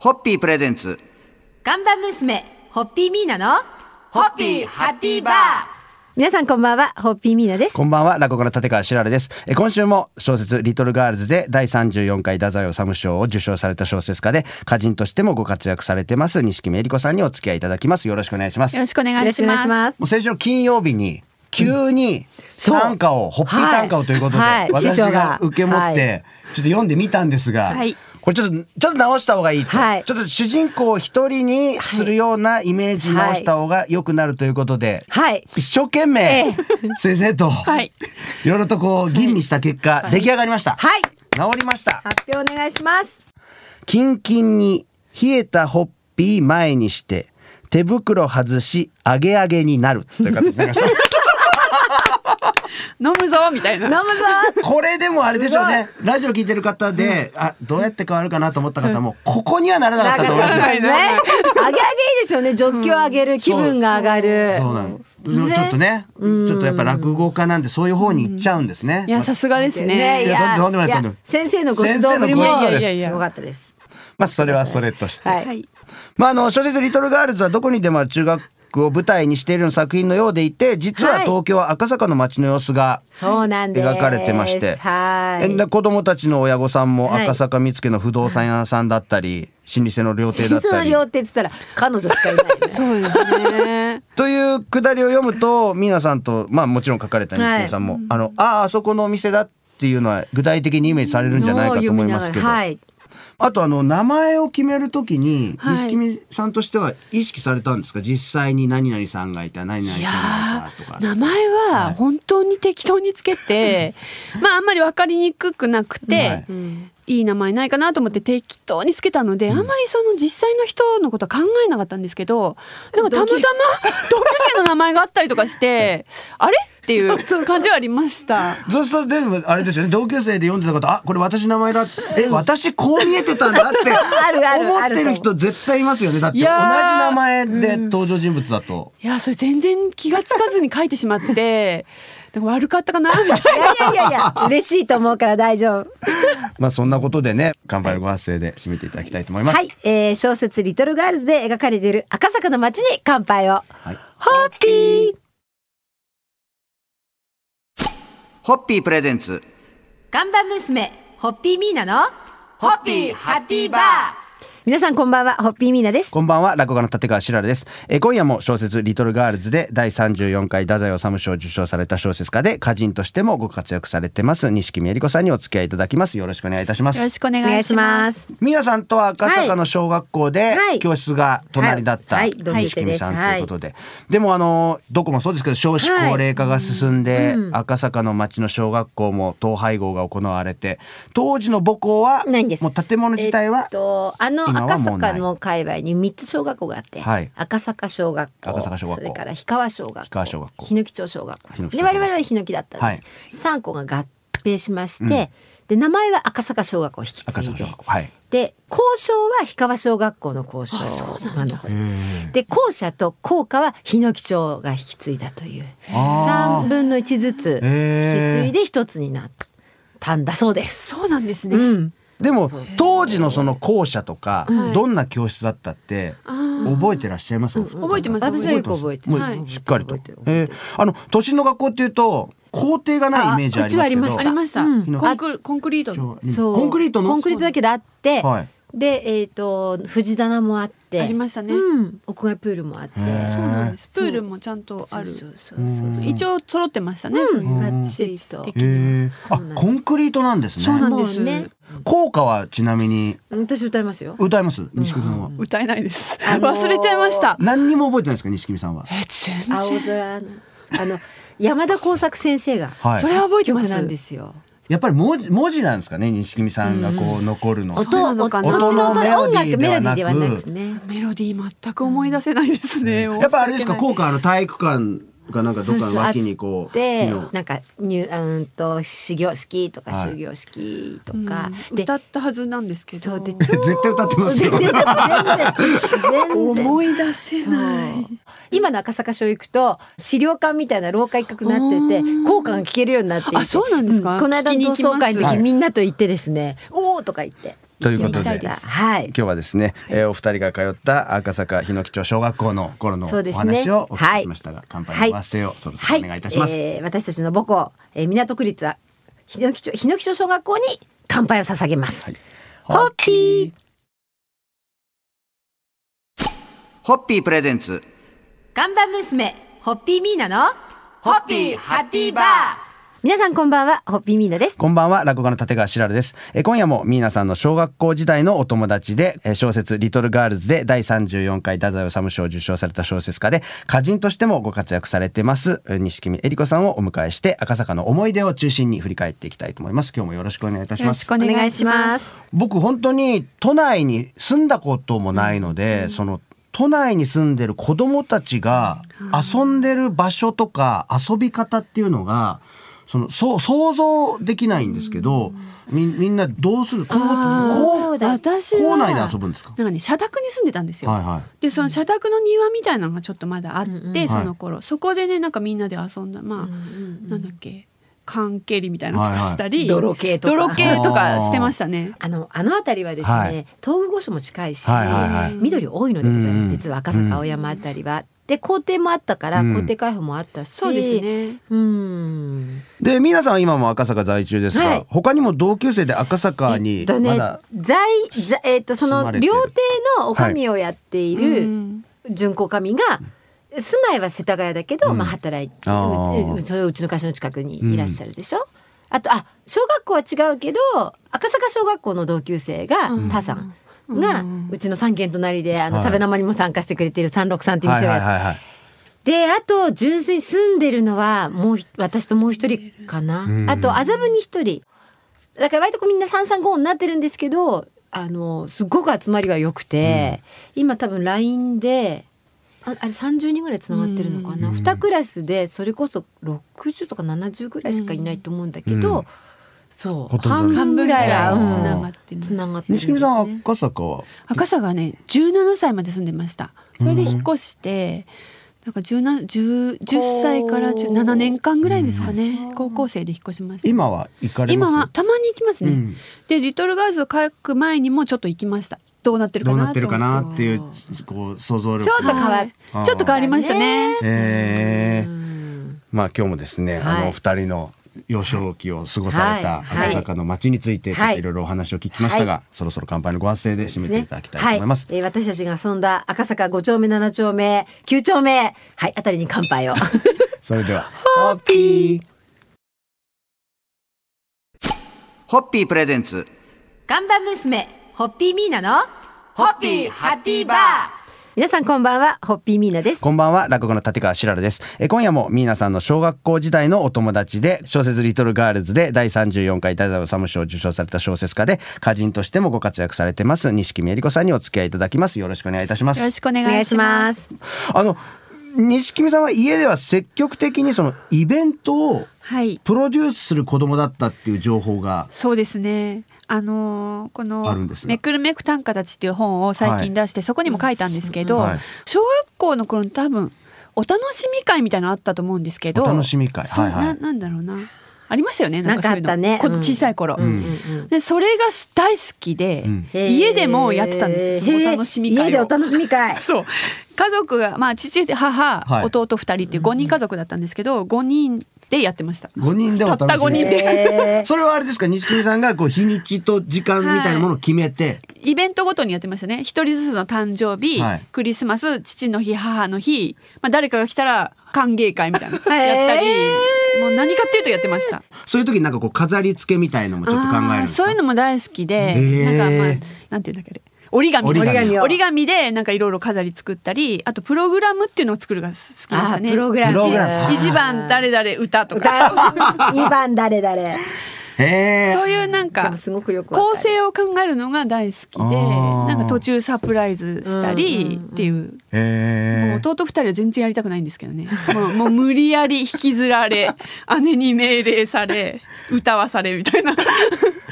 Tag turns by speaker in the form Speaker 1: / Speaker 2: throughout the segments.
Speaker 1: ホッピープレゼンツ。
Speaker 2: ガンバ娘、ホッピーミーナの、
Speaker 1: ホッピーハッピーバー
Speaker 2: 皆さんこんばんは、ホッピーミーナです。
Speaker 3: こんばんは、落語家の立川しられです。えー今週も小説、リトルガールズで第34回太宰治賞を受賞された小説家で、歌人としてもご活躍されてます、西木恵理子さんにお付き合いいただきます。よろしくお願いします。
Speaker 4: よろしくお願
Speaker 2: よろ
Speaker 4: い
Speaker 2: し
Speaker 4: し
Speaker 2: くお願い
Speaker 4: ます。
Speaker 2: します。
Speaker 3: もう先週の金曜日に、急に
Speaker 2: そう
Speaker 3: 短歌を、ホッピー短歌をということで、
Speaker 2: はいはい師
Speaker 3: 私
Speaker 2: 匠が
Speaker 3: が受け持って、
Speaker 2: は
Speaker 3: ちょっと読んでみたんですが、
Speaker 4: はい
Speaker 3: これちょっと、ちょっと直した方がいいと。
Speaker 2: はい
Speaker 3: ちょっと主人公を一人にするようなイメージに直した方が良くなるということで、
Speaker 2: はい。
Speaker 3: 一生懸命、
Speaker 2: え
Speaker 3: 先生と、
Speaker 4: はいい、
Speaker 3: ろいろとこう吟味した結果、出来上がりました、
Speaker 2: はい。
Speaker 3: 治りました
Speaker 2: 発表お願いし ます。
Speaker 3: キンキンに冷えたホッピー前にして手袋外し揚げ揚げになるという形になりました
Speaker 4: 飲むぞみたい
Speaker 2: 飲む
Speaker 4: な。
Speaker 2: ぞ
Speaker 3: これでもあれでしょうねラジオ聞いてる方で、あどうやって変わるかなと思った方も、ここにはならなかったと思います
Speaker 2: ね。上げ上げいいですよね。ジョッキを上げる、気分が上がる。
Speaker 3: そうなんちょっとね、ちょっとやっぱ落語家なんでそういう方に行っちゃうんですね。
Speaker 4: いや、さすがです
Speaker 2: ね
Speaker 4: ね。
Speaker 3: いやとんでもないとんでもない
Speaker 2: 先生のご指導ぶりも
Speaker 3: 先生のご
Speaker 4: 指導ですいやいやいや
Speaker 2: すごかったです。
Speaker 3: まあそれはそれとして。
Speaker 2: はい
Speaker 4: はい。
Speaker 3: まあ、あの小説「リトルガールズ」はどこにでもある中学を舞台にしているような作品のようでいて実は
Speaker 2: はい
Speaker 3: 東京赤坂の街の様子が
Speaker 2: そうなんです。
Speaker 3: 描かれてまして、
Speaker 2: はい。
Speaker 3: え子供たちの親御さんも
Speaker 2: はい
Speaker 3: 赤坂見附の不動産屋さんだったり老舗の料亭だ
Speaker 2: 心
Speaker 3: っ
Speaker 2: 臓
Speaker 3: た
Speaker 2: の
Speaker 3: り
Speaker 2: 両手って言ったら彼女しかいない、ね。
Speaker 4: そうですね。
Speaker 3: というくだりを読むと皆さんと、まあ、もちろん書かれた西野さんも「あのあああそこのお店だ」っていうのは具体的にイメージされるんじゃないかと思いますけど、
Speaker 2: はい。
Speaker 3: あとあの名前を決めるときに
Speaker 4: はい
Speaker 3: 錦見、さんとしては意識されたんですか実際に何々さんがいた何々
Speaker 4: い
Speaker 3: さ
Speaker 4: や
Speaker 3: んがいたとか
Speaker 4: ー名前は本当に適当につけ て、まああんまりわかりにくくなく
Speaker 3: はい
Speaker 4: て
Speaker 2: う、ん
Speaker 4: いい名前ないかなと思って適当につけたので、あんまりその実際の人のことは考えなかったんですけど、なんかたまたま同級生の名前があったりとか して、あれっていう感じはありました。
Speaker 3: そうするとでもあれですよね同級生で読んでた方あこれ私名 前だえ私こう見えてたんだって
Speaker 2: る ある
Speaker 3: 思ってる人絶対いますよねだって
Speaker 4: い
Speaker 3: 同じ
Speaker 4: やー
Speaker 3: 名前で登場人物だと。
Speaker 4: いやそれ全然気がつかずに書いてしまって、なんか悪かったかなみたいな。
Speaker 2: いやいやいやいや、嬉しいと思うから大丈夫。
Speaker 3: まあそんなことでね乾杯のご発声で締めていただきたいと思います。
Speaker 2: はい、えー、小説リトルガールズで描かれている赤坂の街に乾杯を。
Speaker 3: はい
Speaker 2: ホッピー。
Speaker 1: ホッピープレゼンツ。
Speaker 2: ガンバ娘、ホッピーミーナの、
Speaker 1: ホッピーハッピーバー
Speaker 2: 皆さんこんばんは、ホッピーミーナです。
Speaker 3: こんばんは、落語家の立川しららです。えー今夜も小説リトルガールズで第34回太宰治賞を受賞された小説家で歌人としてもご活躍されてます錦美恵理子さんにお付き合いいただきます。よろしくお願いいたしま
Speaker 4: よろ
Speaker 3: す。
Speaker 4: しくお
Speaker 2: お願
Speaker 4: 願
Speaker 2: い
Speaker 4: い
Speaker 2: し
Speaker 4: し
Speaker 2: ま
Speaker 4: ます。
Speaker 2: す。
Speaker 3: 皆さんとは赤坂の小学校で
Speaker 2: はい
Speaker 3: 教室が隣だった
Speaker 2: はいはい同級生
Speaker 3: 錦美
Speaker 2: です
Speaker 3: さんということで、でもあのどこもそうですけど少子高齢化が進んで赤坂の町の小学校も統廃合が行われて、当時の母校は
Speaker 2: ないんです
Speaker 3: もう建物自体
Speaker 2: え
Speaker 3: は
Speaker 2: っとあの
Speaker 3: 今
Speaker 2: 赤
Speaker 3: はもうない
Speaker 2: 坂の界隈に三つ小学校があって、
Speaker 3: はい
Speaker 2: 赤坂小学校
Speaker 3: 赤坂小学校
Speaker 2: それから氷川小学校
Speaker 3: 氷川小学校
Speaker 2: 日野木町小学校
Speaker 3: 日野木町
Speaker 2: で
Speaker 3: 小学校
Speaker 2: 我々は日野木だったんです、三校が合併しまして、
Speaker 3: うん
Speaker 2: で名前は赤坂小学校を引き継
Speaker 3: 赤
Speaker 2: い
Speaker 3: 坂小
Speaker 2: で
Speaker 3: 学校はい。
Speaker 2: で校章は氷川小学校の校章なので校舎と校歌は日野木町が引き継いだという
Speaker 3: あー
Speaker 2: 3分の1ずつ引き
Speaker 3: へー
Speaker 2: 継いで一つになったんだそうです。
Speaker 4: そうなんですね。
Speaker 2: うん
Speaker 3: でも当時のその校舎とか、
Speaker 4: はい
Speaker 3: どんな教室だったって覚えてらっしゃいます、
Speaker 4: 覚えてます
Speaker 2: 私はよく覚えて
Speaker 3: も
Speaker 2: る
Speaker 3: う
Speaker 4: はい
Speaker 3: しっかりと、
Speaker 2: 覚えてる覚
Speaker 3: えーあの都心の学校っていうと校庭がないイメージありますけど
Speaker 2: あこっちは
Speaker 4: ありました。
Speaker 2: うん
Speaker 4: コンクコンクリートの。
Speaker 3: うん
Speaker 2: そう
Speaker 3: コンクリートの
Speaker 2: コンクリートだけであって、
Speaker 3: はい
Speaker 2: でえっ、と藤棚もあって
Speaker 4: ありましたね
Speaker 2: うん、屋外プールもあって
Speaker 3: へー
Speaker 4: そうなんです。プールもちゃんとある。
Speaker 2: そうそうそうそう
Speaker 3: うん
Speaker 4: 一応揃ってましたね。そういう
Speaker 2: バッ
Speaker 4: 施
Speaker 2: チリ
Speaker 4: 設
Speaker 2: と
Speaker 4: 的
Speaker 3: へー
Speaker 4: に
Speaker 2: そう
Speaker 3: あ
Speaker 2: なんです
Speaker 3: コンクリートなんですね
Speaker 4: そうなんです。
Speaker 2: もうね
Speaker 3: 校歌はちなみに
Speaker 2: 私歌いますよ
Speaker 3: 歌います西木さんは、
Speaker 4: 歌えないです。
Speaker 2: あのー
Speaker 4: 忘れちゃいました。
Speaker 3: 何にも覚えてないですか西木さんは
Speaker 4: え全
Speaker 2: 青空のあの山田耕作先生が、
Speaker 3: はい
Speaker 4: それは覚えてます
Speaker 2: 作曲なんですよ
Speaker 3: やっぱり文字文字なんですかね西木さんがこう残るの、
Speaker 4: そう
Speaker 2: 音音
Speaker 4: なの
Speaker 2: そっ
Speaker 4: か
Speaker 2: ち
Speaker 4: な
Speaker 2: の音音
Speaker 3: 音のメロ
Speaker 2: 楽
Speaker 3: ディー
Speaker 2: メロディーで
Speaker 3: ではな
Speaker 2: は
Speaker 3: く
Speaker 2: なくね
Speaker 4: メロディー全く思い出せないですね。
Speaker 3: やっぱあれですか
Speaker 4: 申し
Speaker 3: 校歌あの体育館がなんかどっかの脇にこう
Speaker 2: で
Speaker 3: 木の
Speaker 2: なんか入うんと始業式とか
Speaker 3: はい
Speaker 2: 終業式と
Speaker 4: 訳な
Speaker 2: か
Speaker 4: い、うん
Speaker 2: で
Speaker 4: 歌ったはずなんですけど。
Speaker 2: そうでちょ
Speaker 3: 絶対歌ってます
Speaker 2: 全
Speaker 3: よ。
Speaker 2: 然全然
Speaker 4: 思い出せ
Speaker 2: そう
Speaker 4: ない。
Speaker 2: 今の赤坂署行くと資料館みたいな廊下一角になって
Speaker 4: あ
Speaker 2: て
Speaker 4: ー
Speaker 2: 効果が聞けるようになっていて
Speaker 4: あそうなんですか
Speaker 2: この間の
Speaker 4: 聞きに
Speaker 2: 同窓
Speaker 4: 行きます
Speaker 2: 会の時、
Speaker 3: はい
Speaker 2: みんなと行ってですね「おお!」とか言って
Speaker 3: ということ
Speaker 4: 行
Speaker 3: で
Speaker 4: ってみたいです
Speaker 2: はい
Speaker 3: 今。日はですね、えーお二人が通った赤坂日野基町小学校の頃のお
Speaker 2: そうですね
Speaker 3: 話をお聞
Speaker 2: は
Speaker 3: き
Speaker 2: い
Speaker 3: しましたが、乾杯の発声をそろそろお願いいたします、
Speaker 2: はえー私たちの母校、えー、港区立は日野基町日野基町小学校に乾杯を捧げます。
Speaker 3: はい
Speaker 2: ホッピー
Speaker 1: ホッピープレゼンツ
Speaker 2: 看板娘ホッピーミーナの
Speaker 1: ホッピーハッピーバー
Speaker 2: 皆さんこんばんはホッピーミーナです。
Speaker 3: こんばんは、落語家の立川しらるです。えー今夜もミーナさんの小学校時代のお友達で、えー小説リトルガールズで第34回太宰治賞を受賞された小説家で、歌人としてもご活躍されてます、えー錦見えり子さんをお迎えして、赤坂の思い出を中心に振り返っていきたいと思います。今日もよろしくお願いいたし
Speaker 4: よろ
Speaker 3: ま
Speaker 4: し
Speaker 3: す
Speaker 4: く。お願いします。
Speaker 3: 僕本当に都内に住んだこともないので、その都内に住んでる子供たちが遊んでる場所とか遊び方っていうのがそのそう想像できないんですけど、みみんなどうするこうこう
Speaker 4: 私は
Speaker 3: 校内で遊ぶんですか
Speaker 4: なんかね社宅に住んでたんですよ。
Speaker 3: はいはい
Speaker 4: でその社宅の庭みたいなのがちょっとまだあって、
Speaker 2: うんうん
Speaker 4: その頃、そこでねなんかみんなで遊んだまあ、なんだっけ缶蹴りみたいなのとかしたり、
Speaker 2: 泥系とか
Speaker 4: 泥系とかしてましたね。
Speaker 2: あのあの辺りはですね、
Speaker 3: はい
Speaker 2: 東宮御所も近いし、
Speaker 3: はいはいはい
Speaker 2: 緑多いのでございま
Speaker 3: うん
Speaker 2: す実は赤坂青山あたりは。で校庭もあったから、
Speaker 3: うん
Speaker 2: 校庭開放もあったし
Speaker 4: そうですね。
Speaker 2: うん
Speaker 3: で皆さんは今も赤坂在中ですが、
Speaker 2: はい
Speaker 3: 他にも同級生で赤坂
Speaker 2: え
Speaker 3: に
Speaker 2: っと
Speaker 3: ま
Speaker 2: ね
Speaker 3: だ、
Speaker 2: 在在えっとそ
Speaker 3: 住ま
Speaker 2: の
Speaker 3: れてる
Speaker 2: 料亭のお上をやっている、
Speaker 4: うん
Speaker 2: 巡行神が住まいは世田谷だけど、まあ働いて
Speaker 3: あー
Speaker 2: うちそれうちの会社の近くにいらっしゃるでしょ、あとあ小学校は違うけど赤坂小学校の同級生が、他さんが、う
Speaker 4: う
Speaker 2: んちの三軒隣であの、
Speaker 3: はい
Speaker 2: 食べ生にも参加してくれている三六三っていう
Speaker 3: はい
Speaker 2: 店をや
Speaker 3: はい
Speaker 2: っ
Speaker 3: はいはい
Speaker 2: であと純粋に住んでるのはもうひ私ともう一人かな、
Speaker 3: ん
Speaker 2: あと麻布に一人だから割とこうみんな三三五になってるんですけどあのすごく集まりは良くて、今多分 LINE でああれ30人ぐらいつながってるのかな、
Speaker 3: うん
Speaker 2: 2クラスでそれこそ60とか70ぐらいしかいないと思うんだけど、
Speaker 3: うん
Speaker 2: そ
Speaker 3: ほ
Speaker 2: う
Speaker 3: とんど
Speaker 2: 半分ぐらいは
Speaker 3: うん
Speaker 2: つ
Speaker 4: 繋
Speaker 2: な
Speaker 4: が
Speaker 2: が
Speaker 4: っ
Speaker 2: ってて
Speaker 4: ます
Speaker 2: つながってるんで
Speaker 3: 錦
Speaker 2: す
Speaker 3: 見
Speaker 2: ね
Speaker 3: さん赤坂は
Speaker 4: 赤坂はね17歳まで住んでましたそれで引っ越して、なんか 17, 10, 10歳から17年間ぐらいですかね、高校生で引っ越しました
Speaker 3: 今は行かれます
Speaker 4: 今はたまに行きますね、
Speaker 3: うん
Speaker 4: で「リトルガーズ」を書く前にもちょっと行きましたどうなってるか
Speaker 3: どう
Speaker 4: な
Speaker 3: なってるかなっていう
Speaker 4: と思
Speaker 3: こう想像力
Speaker 2: ちょっと
Speaker 4: って
Speaker 2: 変わっ
Speaker 4: はいちょっと変わりましたね
Speaker 3: ええ
Speaker 2: うん
Speaker 3: まあ今日もですね、
Speaker 2: はい
Speaker 3: あのお二人の幼少期を過ごされた
Speaker 2: はい
Speaker 3: 赤坂の街についてちょっ
Speaker 2: は
Speaker 3: と
Speaker 2: い
Speaker 3: いろいろお話を聞きましたが、そろそろ乾杯のご発声で締めていただきたいと思います。
Speaker 2: はいえー私たちが遊んだ赤坂5丁目7丁目9丁目はいあたりに乾杯を
Speaker 3: それではホッピー
Speaker 1: ホッピープレゼンツ
Speaker 2: 看板娘ホッピーミーナの
Speaker 1: ホッピーハッピーバー
Speaker 2: 皆さんこんばんはホッピーミーナです
Speaker 3: こんばんは落語の立川しらるですえー今夜もミーナさんの小学校時代のお友達で小説リトルガールズで第34回太宰治賞を受賞された小説家で歌人としてもご活躍されてます錦目えり子さんにお付き合いいただきますよろしくお願いいたしま
Speaker 4: う
Speaker 3: す
Speaker 4: よろしくお願
Speaker 2: お願
Speaker 4: い
Speaker 2: いし
Speaker 4: しま
Speaker 2: ますす
Speaker 3: あの錦見さんは家では積極的にそのイベントを
Speaker 4: はい
Speaker 3: プロデュースする子供だったっていう情報が
Speaker 4: そうですねあのーこの
Speaker 3: あるんです
Speaker 4: 「
Speaker 3: が
Speaker 4: めくるめく短歌たち」っていう本を最近出して、そこにも書いたんですけど、
Speaker 3: はい
Speaker 4: 小学校の頃に多分お楽しみ会みたいなのあったと思うんですけど
Speaker 3: お楽しみ会
Speaker 4: そう
Speaker 3: はいはい
Speaker 4: ななんだろうなありましたよねなんかそういうの
Speaker 2: なんかあったね
Speaker 4: こ
Speaker 2: うん
Speaker 4: 小さい頃、
Speaker 2: うんうん
Speaker 4: でそれが大好きで、
Speaker 3: うん
Speaker 2: うん
Speaker 4: 家でもやってたんですよそ
Speaker 2: へー
Speaker 4: のお楽しみ会を
Speaker 2: 家でお楽しみ会
Speaker 4: そう家族がまあ父母、
Speaker 3: はい
Speaker 4: 弟2人っていう5人家族だったんですけど5人でやってました
Speaker 3: 5人でお楽
Speaker 4: たった五
Speaker 3: しみ
Speaker 4: 人
Speaker 3: 会
Speaker 4: で
Speaker 2: へー
Speaker 3: それはあれですか錦見さんがこう日にちと時間みたいなものを決めて、
Speaker 4: イベントごとにやってましたね1人ずつの誕生日、
Speaker 3: はい
Speaker 4: クリスマス父の日母の日、まあ、誰かが来たら歓迎会み たいなやったり、もう何かっていうとやってました
Speaker 3: そういう時になんかこう飾り付けみたいのもちょっと考えるん
Speaker 4: あー
Speaker 3: ですか
Speaker 4: そういうのも大好きで、
Speaker 3: へー
Speaker 4: なんかまあなんていうんだっけあれ折り紙
Speaker 3: 折り紙折り
Speaker 2: 紙を
Speaker 4: 折り紙でなんかいろいろ飾り作ったりあとプログラムっていうのを作るが好きでした
Speaker 2: あ
Speaker 4: ね
Speaker 2: プログラ
Speaker 3: プ
Speaker 2: ム
Speaker 3: ログラム
Speaker 4: 一番誰々歌とか
Speaker 2: 2番誰誰
Speaker 3: へえ
Speaker 4: そういうなん
Speaker 2: で
Speaker 4: か
Speaker 2: もすごくよくわかる
Speaker 4: 構成を考えるのが大好き
Speaker 3: あ
Speaker 4: で
Speaker 3: ー
Speaker 4: なんか途中サプライズしたりっていう,、もう
Speaker 3: へえ
Speaker 4: 弟二人は全然やりたくないんですけどねもうもう 無理やり引きずら れ姉に命令され歌わされみたいな。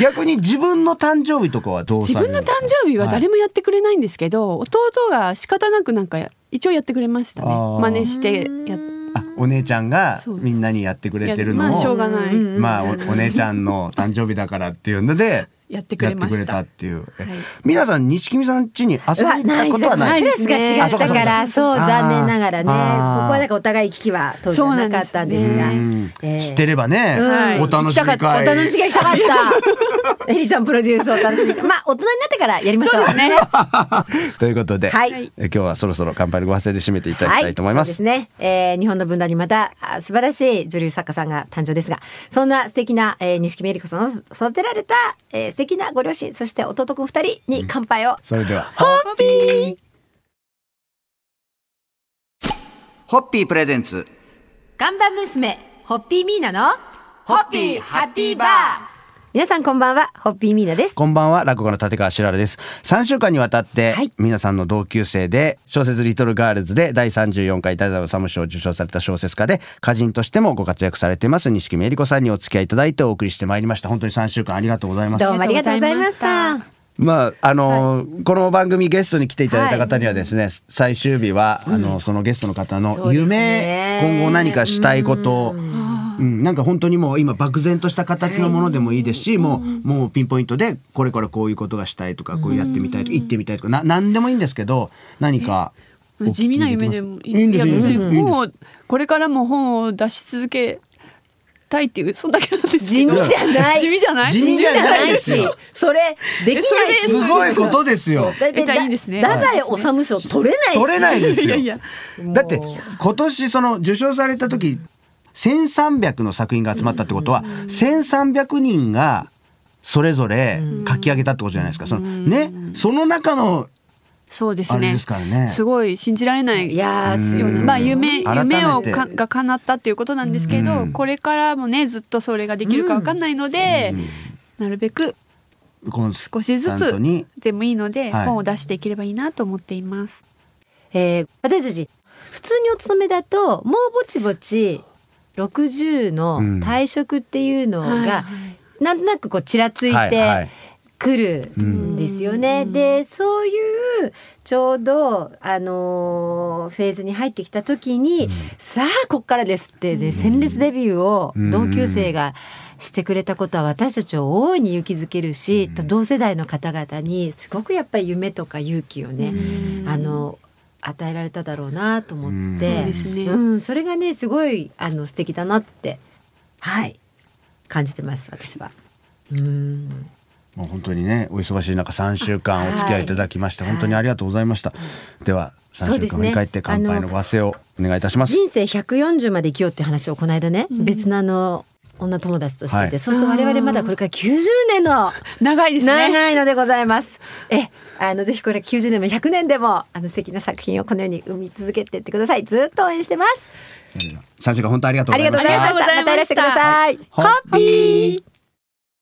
Speaker 3: 逆に自分の誕生日とかはどう
Speaker 4: 自
Speaker 3: される
Speaker 4: 分
Speaker 3: ん
Speaker 4: の
Speaker 3: で
Speaker 4: 誕
Speaker 3: すか
Speaker 4: 生日は誰
Speaker 3: も、
Speaker 4: もやってくれないんですけど、弟が仕方なくなんかや一応やってくれましたね
Speaker 3: あー
Speaker 4: 真似してやっ
Speaker 3: はいあお姉ちゃんが
Speaker 4: そう
Speaker 3: みんなにやってくれてるの
Speaker 4: いやまあしょ
Speaker 3: を
Speaker 4: うがない、
Speaker 2: うん
Speaker 3: まあおお姉ちゃんの誕生日だからっていうので
Speaker 4: やってく
Speaker 3: やっ
Speaker 4: れ
Speaker 3: て
Speaker 4: ま
Speaker 3: く
Speaker 4: し
Speaker 3: れた
Speaker 4: た
Speaker 3: っ。ていう。え
Speaker 4: はい
Speaker 3: 皆さん錦見さん家に遊びに行ったことはない。
Speaker 2: クラスが違ったから、
Speaker 4: あ
Speaker 2: そ
Speaker 3: そうかそう
Speaker 2: う、
Speaker 3: か
Speaker 2: 残念ながらね。ここ
Speaker 3: あー
Speaker 2: はなんかお互い行き来は当時はなかったんです
Speaker 4: そう
Speaker 2: が。
Speaker 3: うん
Speaker 2: ええ
Speaker 3: 知ってればね、
Speaker 4: はい
Speaker 3: お楽しみ
Speaker 4: 行きたか
Speaker 2: お
Speaker 3: 会。
Speaker 2: 楽しみが行きたかった。エリちゃんプロデュースを楽しみに。まあ、大人になってからやりましょう。ね。
Speaker 3: ということで、
Speaker 2: はい
Speaker 3: え今日はそろそろ乾杯のご発声で締めていただきたいと思います。
Speaker 2: そうですね、えー日本の文壇にまたあ素晴らしい女流作家さんが誕生ですが、そんな素敵な、えー、錦目恵理子さんの育てられた、えー、素敵なご両親、そして弟くん二人に乾杯を。
Speaker 3: それでは。
Speaker 2: ホッピー
Speaker 1: ホッピープレゼンツ
Speaker 2: ガンバ娘、ホッピーミーナの、
Speaker 1: ホッピーハッピーバー
Speaker 2: 皆さんこんばんは、ホッピーミーナです。
Speaker 3: こんばんは、落語家の立川しららです。3週間にわたって、
Speaker 2: はい
Speaker 3: 皆さんの同級生で、小説リトルガールズで第34回太宰治賞を受賞された小説家で、歌人としてもご活躍されています、錦目恵理子さんにお付き合いいただいてお送りしてまいりました。本当に3週間ありがとうございます
Speaker 2: ど。うもありがとうございました。
Speaker 3: まあ、あのーこの番組ゲストに来ていただいた方にはですね、最終日は、あの、そのゲストの方
Speaker 2: そ
Speaker 3: の
Speaker 2: うです
Speaker 3: 夢
Speaker 2: ね、
Speaker 3: 今後何かしたいことを、うん、なんか本当にもう今漠然とした形のものでもいいですし、もう、もうピンポイントで、これからこういうことがしたいとか、こうやってみたいとか、行ってみたいとか、な、なんでもいいんですけど、何か。
Speaker 4: 地味な夢でも
Speaker 3: いいんですよ。いいん
Speaker 4: 別
Speaker 3: ですよ
Speaker 4: に本をこれからも本を出し続けたいっていうそんだけなんですけど
Speaker 2: 地味じゃない。
Speaker 4: 地味じゃない
Speaker 3: 地味じゃないです
Speaker 2: し
Speaker 3: よ、
Speaker 2: それ、できないし。
Speaker 3: すごいことですよ。
Speaker 2: だって
Speaker 4: えじゃあいいですね
Speaker 2: だ太宰治賞取れないし。
Speaker 3: 取れないですよ。
Speaker 4: いやいや
Speaker 3: だって今年その受賞された時1,300の作品が集まったってことは1,300人がそれぞれ書き上げたってことじゃないですか。そのねその中の
Speaker 4: そうです
Speaker 3: あれ
Speaker 4: ね
Speaker 3: ですからね
Speaker 4: すごい信じられない
Speaker 2: いやー、強いな。
Speaker 4: まあ夢
Speaker 3: 改めて
Speaker 4: 夢をかが叶ったっていうことなんですけど、これからもねずっとそれができるかわかんないので、なるべく
Speaker 3: この
Speaker 4: 少しず
Speaker 3: スタント
Speaker 4: つ
Speaker 3: に
Speaker 4: でもいいので、
Speaker 3: はい
Speaker 4: 本を出していければいいなと思っています。
Speaker 2: えー私たち普通にお勤めだともうぼちぼち60の退職っていうの
Speaker 4: うんはい
Speaker 2: が、なんとなくこうちらつい
Speaker 3: はいはい
Speaker 2: てくるんですよね。でそういうちょうど、あのーフェーズに入ってきた時に、さあこっからですってで鮮烈デビューを同級生がしてくれたことは私たちを大いに勇気づけるし、同世代の方々にすごくやっぱり夢とか勇気をね、あの与えられただろうなと思っ
Speaker 3: う
Speaker 2: て、
Speaker 3: ん
Speaker 2: うん、
Speaker 4: そうですね
Speaker 2: それがねすごいあの素敵だなってはい感じてます私は。うん、
Speaker 3: もう本当にねお忙しい中3週間お付き合いいただきまして
Speaker 2: はい
Speaker 3: 本当にありがとうございました。では3
Speaker 2: そう
Speaker 3: 週
Speaker 2: です
Speaker 3: 間
Speaker 2: ね
Speaker 3: 振り返って乾杯のご発声をお願いいたします。
Speaker 2: 人生140まで生きようっていう話をこの間ね、別のあの女友達としてて、
Speaker 3: はい
Speaker 2: そうすると我々まだこれから90年の
Speaker 4: 長いですね。
Speaker 2: 長いのでございます。え、あのぜひこれ90年も100年でもあの素敵な作品をこのように生み続けていってください。ずっと応援してます。
Speaker 3: 3週間本当ありがとう
Speaker 2: あ
Speaker 3: ご
Speaker 2: り
Speaker 3: ざい
Speaker 2: が
Speaker 3: ま
Speaker 2: とう
Speaker 3: し
Speaker 2: ござい
Speaker 3: た
Speaker 2: まし。た。
Speaker 4: ありがとうございました
Speaker 2: ま
Speaker 3: はい
Speaker 2: たいらしてください。ハッピー。